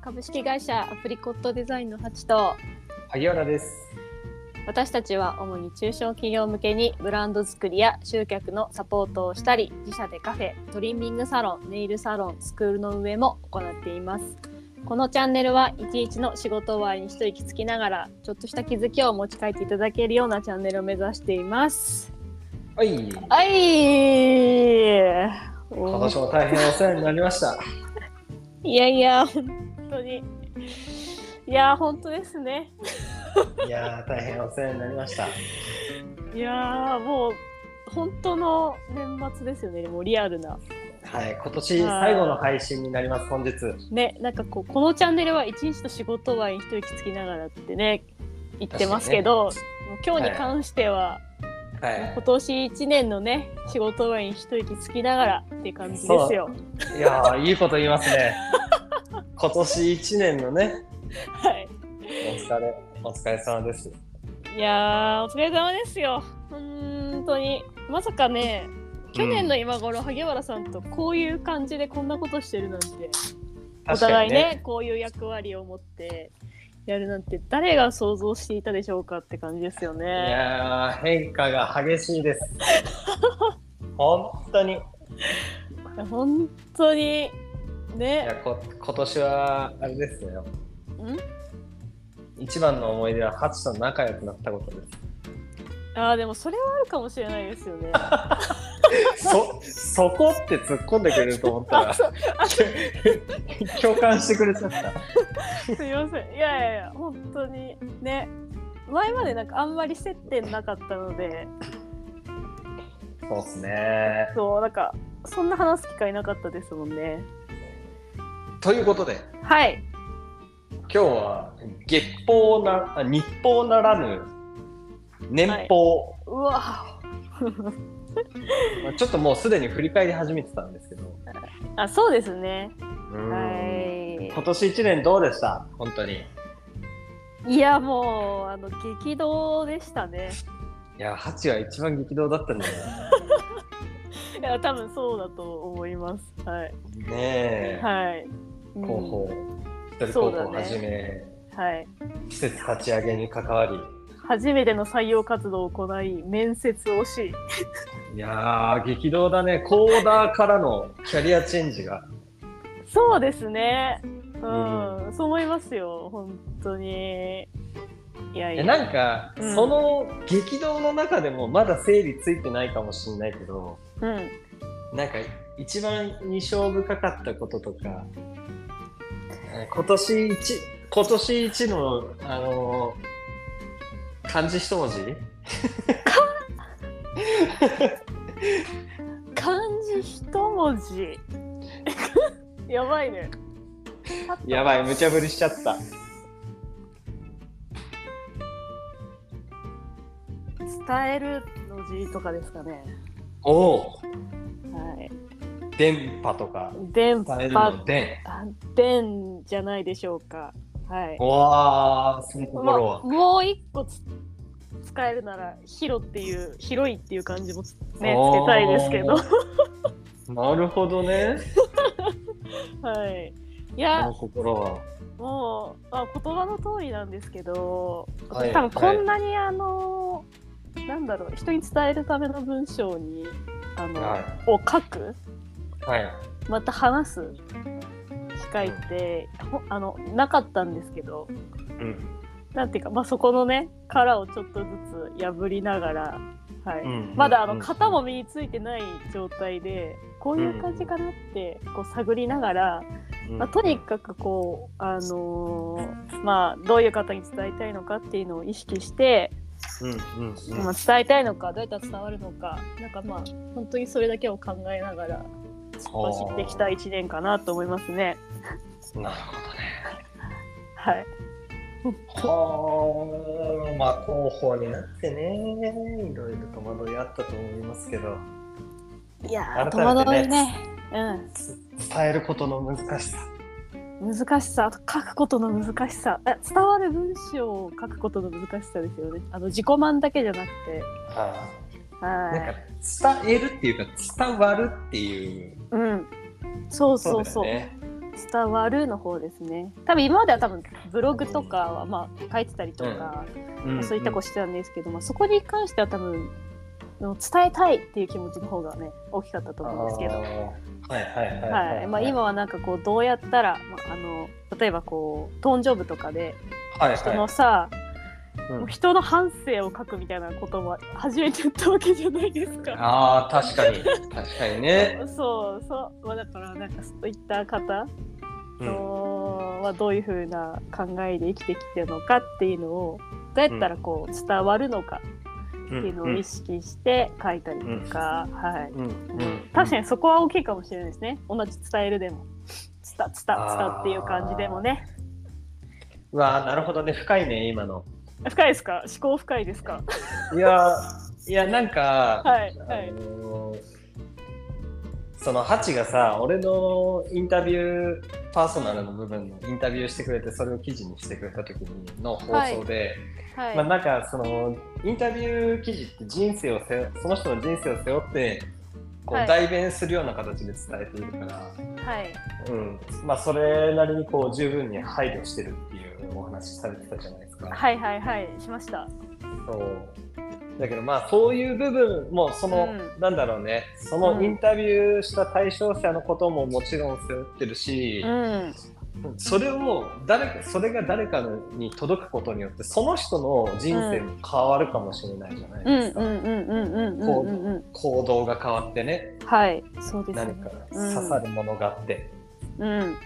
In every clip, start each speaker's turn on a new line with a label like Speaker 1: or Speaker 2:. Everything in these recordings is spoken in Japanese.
Speaker 1: 株式会社アプリコットデザインのハチと
Speaker 2: 萩原です。
Speaker 1: 私たちは主に中小企業向けにブランド作りや集客のサポートをしたり自社でカフェトリミングサロンネイルサロンスクールの運営も行っていますこのチャンネルは一日の仕事終わりに一息つきながらちょっとした気づきを持ち帰っていただけるようなチャンネルを目指しています
Speaker 2: はい。
Speaker 1: はい
Speaker 2: 今年も大変お世話になりました。
Speaker 1: いやいや本当にいや本当ですね
Speaker 2: いやー、大変お世話になりました。
Speaker 1: いやーもう本当の年末ですよねもうリアルな
Speaker 2: はい、今年最後の配信になります、本日。
Speaker 1: ねなんかこうこのチャンネルは一日と仕事は一息つきながらってね言ってますけど、もう今日に関しては、
Speaker 2: は
Speaker 1: もう今
Speaker 2: い。
Speaker 1: 年1年のね仕事は一息つきながらっていう感じですよ。
Speaker 2: いやー、いいこと言いますね。今年一年のね、
Speaker 1: はい、
Speaker 2: お疲れ、お疲れ様です。
Speaker 1: いやーお疲れ様ですよ本当にまさかね去年の今頃、萩原さんとこういう感じでこんなことしてるなんてお互いね。こういう役割を持ってやるなんて誰が想像していたでしょうかって感じですよ
Speaker 2: い
Speaker 1: ね。
Speaker 2: やー、変化が激し いです。本当に。い
Speaker 1: 本当にね
Speaker 2: や、こ、今年は、あれですよ。
Speaker 1: ん
Speaker 2: 一番の思い出は、ハチと仲良くなったことです。
Speaker 1: あーでもそれはあるかもしれないですよ ね。
Speaker 2: そ、そこって突っ込んでくれると思った ら、共感してくれちゃった。
Speaker 1: すいませんいやいやいや本当にね前までなんかあんまり接点なかったので
Speaker 2: そうっすね。
Speaker 1: そうなんかそんな話す機会なかったですもんね。
Speaker 2: ということで、
Speaker 1: はい
Speaker 2: 今日は月報な、あ日報ならぬ、年報、
Speaker 1: うわ
Speaker 2: まあちょっともうすでに振り返り始めてたんですけど、
Speaker 1: あそうですね。
Speaker 2: うん
Speaker 1: はい
Speaker 2: 今年1年どうでした本当に。い
Speaker 1: いやもうあの激動でしたね。
Speaker 2: や、ハチは一番激動だったんだ よ
Speaker 1: いや多分そうだと思います。はい。
Speaker 2: ね。ねえ、
Speaker 1: はい。うん
Speaker 2: 広報、一人
Speaker 1: そ
Speaker 2: 広
Speaker 1: うだ
Speaker 2: 報
Speaker 1: ね
Speaker 2: はじめ、
Speaker 1: はい。
Speaker 2: 施設立ち上げに関わり、
Speaker 1: 初めての採用活動を行い、面接をし、
Speaker 2: いやー、激動だね。コーダーからのキャリアチェンジが。
Speaker 1: そうですね。うん、そう思いますよ、本当に。いやい
Speaker 2: え
Speaker 1: や。
Speaker 2: なんか、
Speaker 1: うん
Speaker 2: その激動の中でもまだ整理ついてないかもしれないけど、
Speaker 1: うん。
Speaker 2: なんか一番印象深かったこととか、えー今年一、今年一の、あのー漢字一文字
Speaker 1: 漢字一文字。 やばいね。
Speaker 2: やばい、無茶ぶりしちゃった。
Speaker 1: 伝えるの字とかですかね。
Speaker 2: おお
Speaker 1: はい。
Speaker 2: 電波とか、
Speaker 1: 電
Speaker 2: 伝えるの
Speaker 1: 波、
Speaker 2: 電。
Speaker 1: あ電じゃないでしょうか。はい。
Speaker 2: うわー、その
Speaker 1: まあ、
Speaker 2: 心は。
Speaker 1: もう一個つ使えるなら「広」っていう「広い」っていう感じもつ,、ね、
Speaker 2: お
Speaker 1: つ
Speaker 2: ー
Speaker 1: けたいですけど は。
Speaker 2: なるほどね。
Speaker 1: いい
Speaker 2: そ
Speaker 1: や
Speaker 2: の心は。
Speaker 1: もう、まあ、言葉の通りなんですけど、
Speaker 2: はい
Speaker 1: 多分こんなにあの、なんだろう人に伝えるための文章にあの、
Speaker 2: はい
Speaker 1: を書く
Speaker 2: はい。
Speaker 1: また話す機会って、ほあのなかったんですけど
Speaker 2: うん。
Speaker 1: なんていうか、まあ、そこのね殻をちょっとずつ破りながら。はい
Speaker 2: うん
Speaker 1: まだあの
Speaker 2: うん
Speaker 1: 型も身についてない状態でこういう感じかなってこう探りながら、
Speaker 2: うん
Speaker 1: まあ、とにかくこう、あのーまあ、どういう方に伝えたいのかっていうのを意識して、
Speaker 2: うんうんうん
Speaker 1: まあ、伝えたいのかどうやったら伝わるのかなんかまあ本当にそれだけを考えながら突っ走ってきた1年かなと思いますね。
Speaker 2: なるほどね。
Speaker 1: はい、
Speaker 2: はあ、まあ広報になってね、いろいろ戸惑いあったと思いますけど、
Speaker 1: いやー戸
Speaker 2: 改めてね
Speaker 1: 惑いね、うん、
Speaker 2: 伝えることの難しさ。
Speaker 1: 難しさあと書くことの難しさえ伝わる文章を書くことの難しさですよねあの自己満だけじゃなくて
Speaker 2: ああ、なん
Speaker 1: は
Speaker 2: か伝えるっていうか伝わるっていう。
Speaker 1: いうんそうそうそう
Speaker 2: だよね
Speaker 1: 伝わるの方ですね多分今までは多分ブログとかはまあ書いてたりとか、
Speaker 2: うん
Speaker 1: そういったことしてたんですけど、まあ、そこに関しては多分の伝えたいっていう気持ちの方がね大きかったと思うんですけど
Speaker 2: あーはいはいはいはい、
Speaker 1: はいまあ、今はなんかこうどうやったら、まあ、あの例えばこう誕生日とかで
Speaker 2: はいはい
Speaker 1: 人のさ、
Speaker 2: うん
Speaker 1: もう人の半生を書くみたいなことも初めてやったわけじゃないですか。
Speaker 2: ああ確かに確かにね、
Speaker 1: そうそう、まあ、だからなんかそういった方
Speaker 2: うん
Speaker 1: のはどういうふうな考えで生きてきてるのかっていうのをどうやったらこう伝わるのか
Speaker 2: う
Speaker 1: っていうんのを意識して書いたりとか、はい、
Speaker 2: うんうん
Speaker 1: 確かにそこは大きいかもしれないですね同じ伝えるでもつたつたつたっていう感じでもね
Speaker 2: うわあなるほどね深いね今の
Speaker 1: 深いですか思考深いですか
Speaker 2: いやーいやなんか、
Speaker 1: はいはい
Speaker 2: あのーそのハチがさ俺のインタビューパーソナルの部分のインタビューしてくれてそれを記事にしてくれた時にの放送で、
Speaker 1: はい、
Speaker 2: まあ、なんかそのインタビュー記事って人生を背負その人の人生を背負ってこ
Speaker 1: はいう
Speaker 2: 代弁するような形で伝えているから、
Speaker 1: はい
Speaker 2: うんまあ、それなりにこう十分に配慮してるっていうお話されてたじゃないですか。
Speaker 1: はいはいはいしました
Speaker 2: そうだけどまあそういう部分もその、
Speaker 1: う
Speaker 2: なんだろうねそうの
Speaker 1: ん
Speaker 2: インタビューした対象者のことももちろん背負ってるし
Speaker 1: う、ん
Speaker 2: それを誰かそれが誰かに届くことによってその人の人生も変わるかもしれないじゃな
Speaker 1: うん
Speaker 2: いですか、
Speaker 1: うんうんうんうんうん
Speaker 2: こう
Speaker 1: うんうん
Speaker 2: 行動が変わってね
Speaker 1: はいそうです
Speaker 2: 何
Speaker 1: ね
Speaker 2: か
Speaker 1: うん
Speaker 2: 刺さるものがあって、
Speaker 1: うん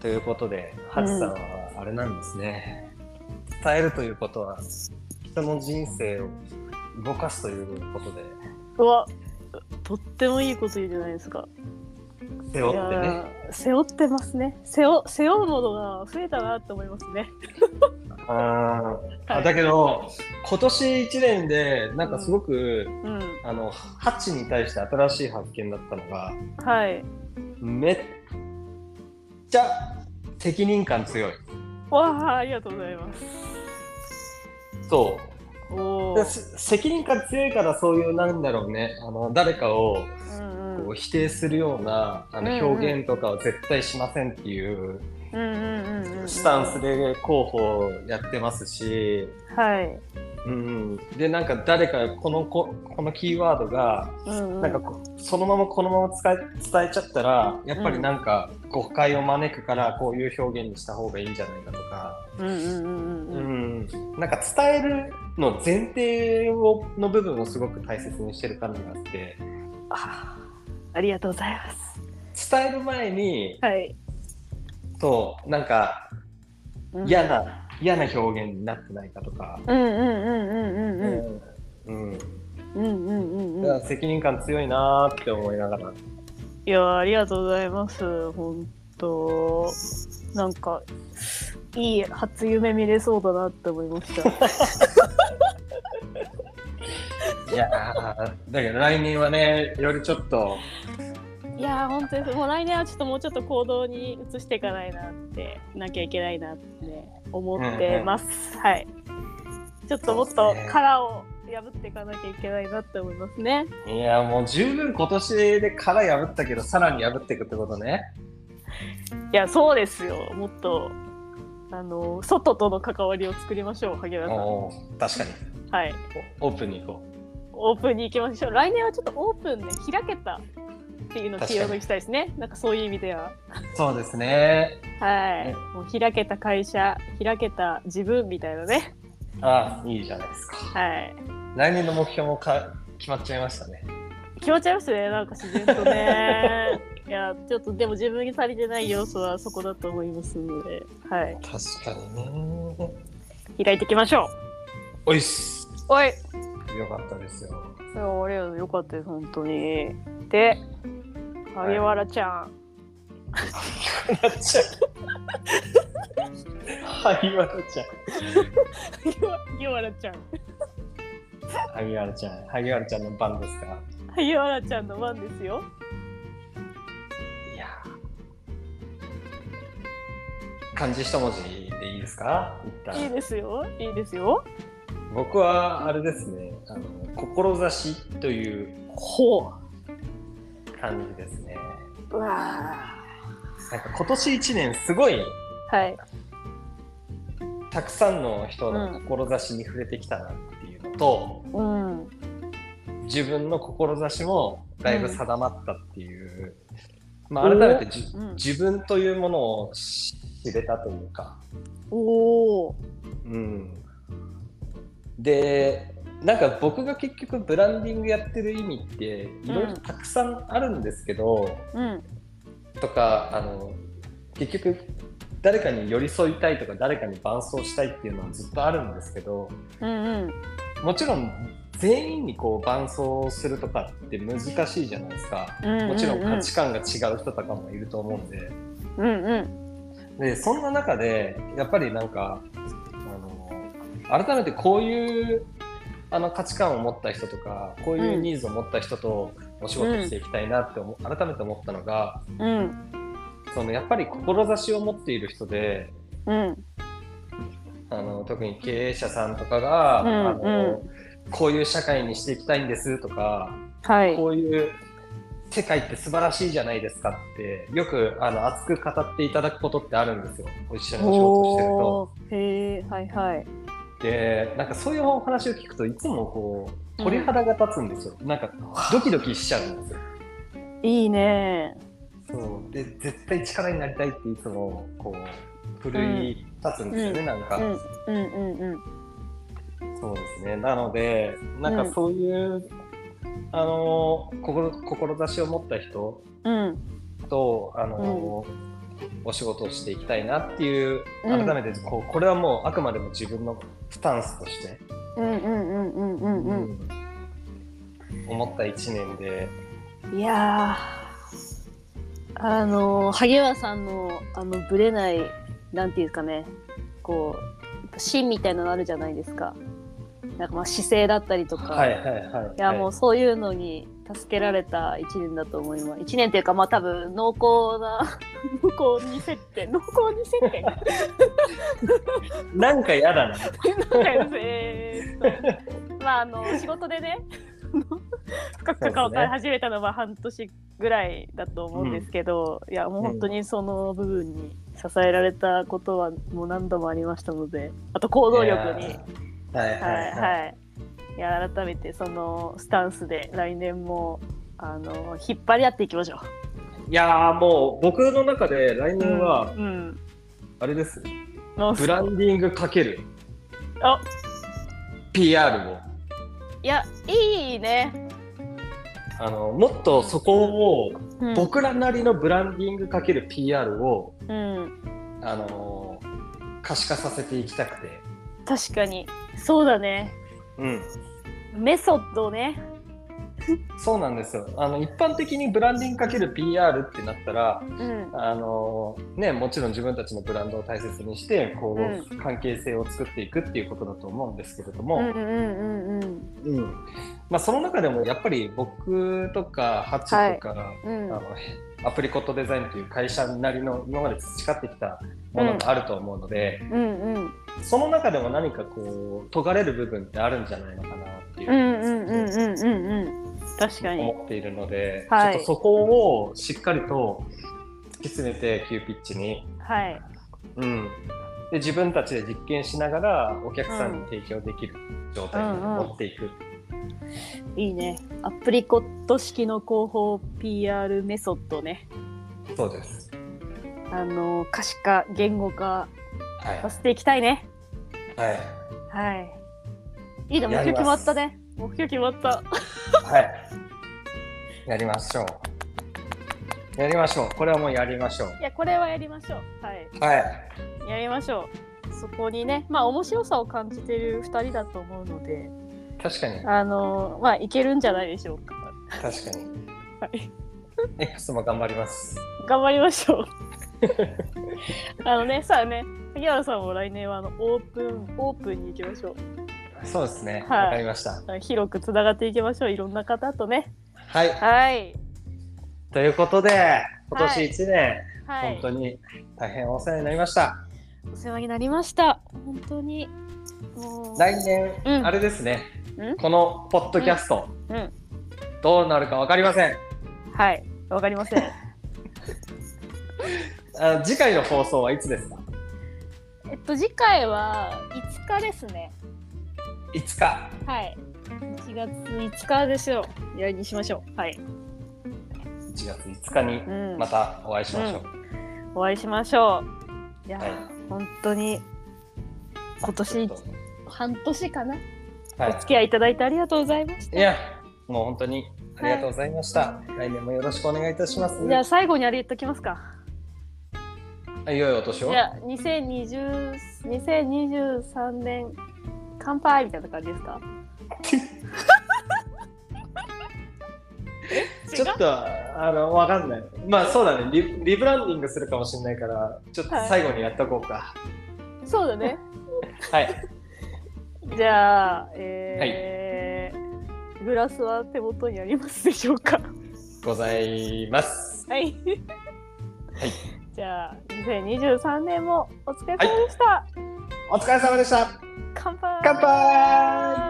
Speaker 2: ということでハチさんはあれなんですね、伝えるということは人の人生を動かすということで
Speaker 1: うわとってもいいこと言うじゃないですか
Speaker 2: 背負って
Speaker 1: い
Speaker 2: ね
Speaker 1: やー背負ってますね背負背負うものが増えたなって思いますね
Speaker 2: あー
Speaker 1: は
Speaker 2: あ
Speaker 1: い
Speaker 2: だけど今年1年でなんかすごく、
Speaker 1: うん
Speaker 2: あのハッチに対して新しい発見だったのが
Speaker 1: はい
Speaker 2: めっちゃ責任感強い
Speaker 1: わあありがとうございます
Speaker 2: そ
Speaker 1: お
Speaker 2: う
Speaker 1: お
Speaker 2: で、せ責任感強いからそういうなんだろうねあの誰かを
Speaker 1: うんうん
Speaker 2: こう否定するようなあ
Speaker 1: うん
Speaker 2: の
Speaker 1: うん
Speaker 2: 表現とかは絶対しませんっていう
Speaker 1: うんうんうんうんうん
Speaker 2: スタンスで広報やってますし、
Speaker 1: はい
Speaker 2: うん、でなんか誰かこのここのキーワードが
Speaker 1: うんうん
Speaker 2: なんかこそのままこのまま使い伝えちゃったらやっぱりなんか誤解を招くからこういう表現にした方がいいんじゃないかとか、
Speaker 1: うんうんうんうん
Speaker 2: う
Speaker 1: うん
Speaker 2: ん、なんか伝えるの前提をの部分をすごく大切にしてる感じがあって
Speaker 1: あーありがとうございます
Speaker 2: 伝える前に
Speaker 1: はい
Speaker 2: となんか
Speaker 1: うん
Speaker 2: 嫌な嫌な表現になってないかとか。
Speaker 1: うんうんうんうんうん
Speaker 2: うん
Speaker 1: うんうんうんうん
Speaker 2: だから責任感強いなーって思いながら、
Speaker 1: いやーありがとうございます本当なんかいい初夢見れそうだなって 思いました
Speaker 2: いやーだけど来年はねよりちょっと
Speaker 1: いやー本当ですもう来年はちょっともうちょっと行動に移していかないなってなきゃいけないなって、思ってます、はいちょっともっ
Speaker 2: そ
Speaker 1: と
Speaker 2: うですね
Speaker 1: 殻を破っていかなきゃいけないなって思いますね
Speaker 2: いやもう十分今年で殻破ったけどさらに破っていくってことね
Speaker 1: いやそうですよもっとあの外との関わりを作りましょう萩原さん
Speaker 2: おー確かに
Speaker 1: はい
Speaker 2: おオープンに行こ
Speaker 1: オープンに行きましょう来年はちょっとオープンで開けたっていうのをキーワードにしたいですねなんかそういう意味では
Speaker 2: うそうですね
Speaker 1: はい、
Speaker 2: ね
Speaker 1: もう開けた会社開けた自分みたいなね
Speaker 2: ああいいじゃないですか
Speaker 1: はい
Speaker 2: 来年の目標もか決まっちゃいましたね
Speaker 1: 決まっちゃいましたねなんか自然と ねいやちょっとでも自分に足りてない要素はそこだと思いますのではい
Speaker 2: 確かにね
Speaker 1: 開いていきましょ
Speaker 2: おいっす
Speaker 1: うおい
Speaker 2: よかったですよ
Speaker 1: いやあれよよかったです本当にで萩原ちゃん、
Speaker 2: なっちゃう萩原ちゃん
Speaker 1: 萩原ちゃん
Speaker 2: 萩原ちゃん萩原ちゃんの番ですか
Speaker 1: 萩原ちゃんの番ですよ
Speaker 2: いやー漢字一文字でいいですか一旦
Speaker 1: いいですよいいですよ
Speaker 2: 僕はあれですねあの「志」という
Speaker 1: ほう
Speaker 2: 漢字ですね
Speaker 1: うわ
Speaker 2: なんか今年1年すごい
Speaker 1: はい。
Speaker 2: たくさんの人の志に触れてきたなっていうのと、
Speaker 1: うん。
Speaker 2: 自分の志もだいぶ定まったっていう、まあ、改めてじ、
Speaker 1: うん
Speaker 2: 自分というものを知れたというか、
Speaker 1: おお。
Speaker 2: うん、でなんか僕が結局ブランディングやってる意味っていろいろたくさんあるんですけど、
Speaker 1: うん。
Speaker 2: とかあの結局誰かに寄り添いたいとか誰かに伴走したいっていうのはずっとあるんですけど
Speaker 1: うんうん。
Speaker 2: もちろん全員にこう伴走するとかって難しいじゃないですか。
Speaker 1: うん。
Speaker 2: もちろん価値観が違う人とかもいると思うんで
Speaker 1: うんうん。
Speaker 2: でそんな中でやっぱりなんかあの改めてこういうあの価値観を持った人とかこういうニーズを持った人とお仕事していきたいなって思、改めて思ったのが
Speaker 1: うん。
Speaker 2: そのやっぱり志を持っている人で
Speaker 1: うん。
Speaker 2: あの特に経営者さんとかが、
Speaker 1: うん
Speaker 2: あの
Speaker 1: う
Speaker 2: こういう社会にしていきたいんですとか
Speaker 1: はい。
Speaker 2: こういう世界って素晴らしいじゃないですかってよくあの熱く語っていただくことってあるんですよ一緒にお仕事してると。
Speaker 1: おーへえ、はいはい。
Speaker 2: でなんかそういうお話を聞くといつもこう鳥肌が立つんですよ、なんかドキドキしちゃうんですよ。
Speaker 1: いいね。
Speaker 2: そうで絶対力になりたいっていつもこう奮い立つんですよね、
Speaker 1: う
Speaker 2: なんか。
Speaker 1: うんうんうんうん。
Speaker 2: そうですね。なので、なんかそういう、あの心志を持った人
Speaker 1: うん。
Speaker 2: とあの、お仕事をしていきたいなっていう
Speaker 1: うん
Speaker 2: 改めてこうこれはもうあくまでも自分のスタンスとして、
Speaker 1: うんうんうんうんうん
Speaker 2: 思った1年で、
Speaker 1: うん。いやー。あのー、萩原さんの、あの、ぶれない、なんていうかね。こう。芯みたいなのあるじゃないですか。なんか、まあ、姿勢だったりとか。
Speaker 2: はいはいはい。
Speaker 1: いやもうそういうのに助けられた1年だと思います1年というかまあ多分濃厚な 濃厚に接点濃厚に接点なん
Speaker 2: なんか嫌だな。
Speaker 1: かやつえ ーっとまああの仕事でね深く関わり始めたのは半年ぐらいだと思うんですけど、いやもう本当にその部分に支えられたことはもう何度もありましたのであと行動力に。
Speaker 2: いやー。はいはいはい。
Speaker 1: はいはい。いや改めてそのスタンスで来年もあの引っ張り合っていきましょう。
Speaker 2: い、やーもう僕の中で来年は、
Speaker 1: うん。
Speaker 2: あれです。
Speaker 1: の
Speaker 2: ブランディングかける
Speaker 1: あ
Speaker 2: PR を。
Speaker 1: いやいいね。
Speaker 2: あのもっとそこを
Speaker 1: うん、
Speaker 2: 僕らなりのブランディングかける PR を、
Speaker 1: うん。
Speaker 2: あのー可視化させていきたくて、
Speaker 1: 確かにそうだね。
Speaker 2: うん、
Speaker 1: メソッドね。
Speaker 2: そうなんですよあの一般的にブランディングかける PR ってなったら、
Speaker 1: うん。
Speaker 2: あのーね、もちろん自分たちのブランドを大切にしてこう、関係性を作っていくっていうことだと思うんですけれども、
Speaker 1: うんうんうんうん
Speaker 2: うんまあ、その中でもやっぱり僕とかハチとか、
Speaker 1: うん
Speaker 2: あのアプリコットデザインという会社なりの今まで培ってきたものがあると思うので、
Speaker 1: うんうん
Speaker 2: その中でも何かこう尖れる部分ってあるんじゃないのかなってい
Speaker 1: うんうんうん
Speaker 2: う
Speaker 1: うんうんうん確かに
Speaker 2: 思っているので、
Speaker 1: はい
Speaker 2: ちょっとそこをしっかりと突き詰めて急ピッチに、
Speaker 1: はい
Speaker 2: うん、で自分たちで実験しながらお客さんに提供できる状態に持っていく、
Speaker 1: いいねアプリコット式の広報 PR メソッドね
Speaker 2: そうです。
Speaker 1: あの可視化言語化
Speaker 2: はい
Speaker 1: させていきたいね。
Speaker 2: はい
Speaker 1: はい。いいね、目
Speaker 2: やり
Speaker 1: 標
Speaker 2: ます
Speaker 1: 決まったね。目標決まった。
Speaker 2: はい、やりましょう。やりましょう。これはもうやりましょう。
Speaker 1: いや、これはやりましょう。はい。
Speaker 2: はい。
Speaker 1: やりましょう。そこにね、まあ、面白さを感じてる2人だと思うので、
Speaker 2: 確かに、
Speaker 1: あのまあ、いけるんじゃないでしょうか。
Speaker 2: 確かに。
Speaker 1: はい。
Speaker 2: X も頑張ります。
Speaker 1: 頑張りまし ょう。あのね、さあね、萩原さんも来年はあのオープン、オープンに行きましょう。
Speaker 2: そうですね。
Speaker 1: はい
Speaker 2: わ、かりました。
Speaker 1: あの広くつながっていきましょう。いろんな方とね。
Speaker 2: はい。
Speaker 1: はい。
Speaker 2: ということで、今年1年、
Speaker 1: はい
Speaker 2: 本当。に大変お世話になりました。
Speaker 1: お世話になりました。本当に。もう
Speaker 2: 来年、
Speaker 1: うん
Speaker 2: あれですね
Speaker 1: うん。
Speaker 2: このポッドキャスト、
Speaker 1: うん。
Speaker 2: どうなるかわかりません。
Speaker 1: はい、わかりません。
Speaker 2: あ次回の放送はいつですか
Speaker 1: えっと次回は5日ですね。
Speaker 2: いつか
Speaker 1: はい。1月5日ですよ。やりにしましょう。はい。
Speaker 2: 1月5日に
Speaker 1: うん。
Speaker 2: またお会いしましょう、
Speaker 1: お会いしましょう。いや、
Speaker 2: はい
Speaker 1: 本当に今
Speaker 2: ちょっ
Speaker 1: 年
Speaker 2: と
Speaker 1: 半年かな、
Speaker 2: はい
Speaker 1: お付き合いいただいてありがとうございました。
Speaker 2: いやもう本当にありがとうございました、来年もよろしくお願いいたします
Speaker 1: じゃあ最後にあれ言っときますか。
Speaker 2: あいよいよお年
Speaker 1: じ
Speaker 2: を
Speaker 1: ゃあ2020 2023年乾杯みたいな感じですか。
Speaker 2: ちょっとあのわかんないまあそうだねリリブランディングするかもしれないからちょっと
Speaker 1: はい
Speaker 2: 最後にやっとこうか
Speaker 1: そうだね。
Speaker 2: はい、
Speaker 1: じゃあ、えーグラスは手元にありますでしょうか。
Speaker 2: ございます
Speaker 1: はい。
Speaker 2: はい
Speaker 1: じゃあ2023年もお疲れ様でした。
Speaker 2: お疲れ様でした
Speaker 1: 乾杯。
Speaker 2: 乾杯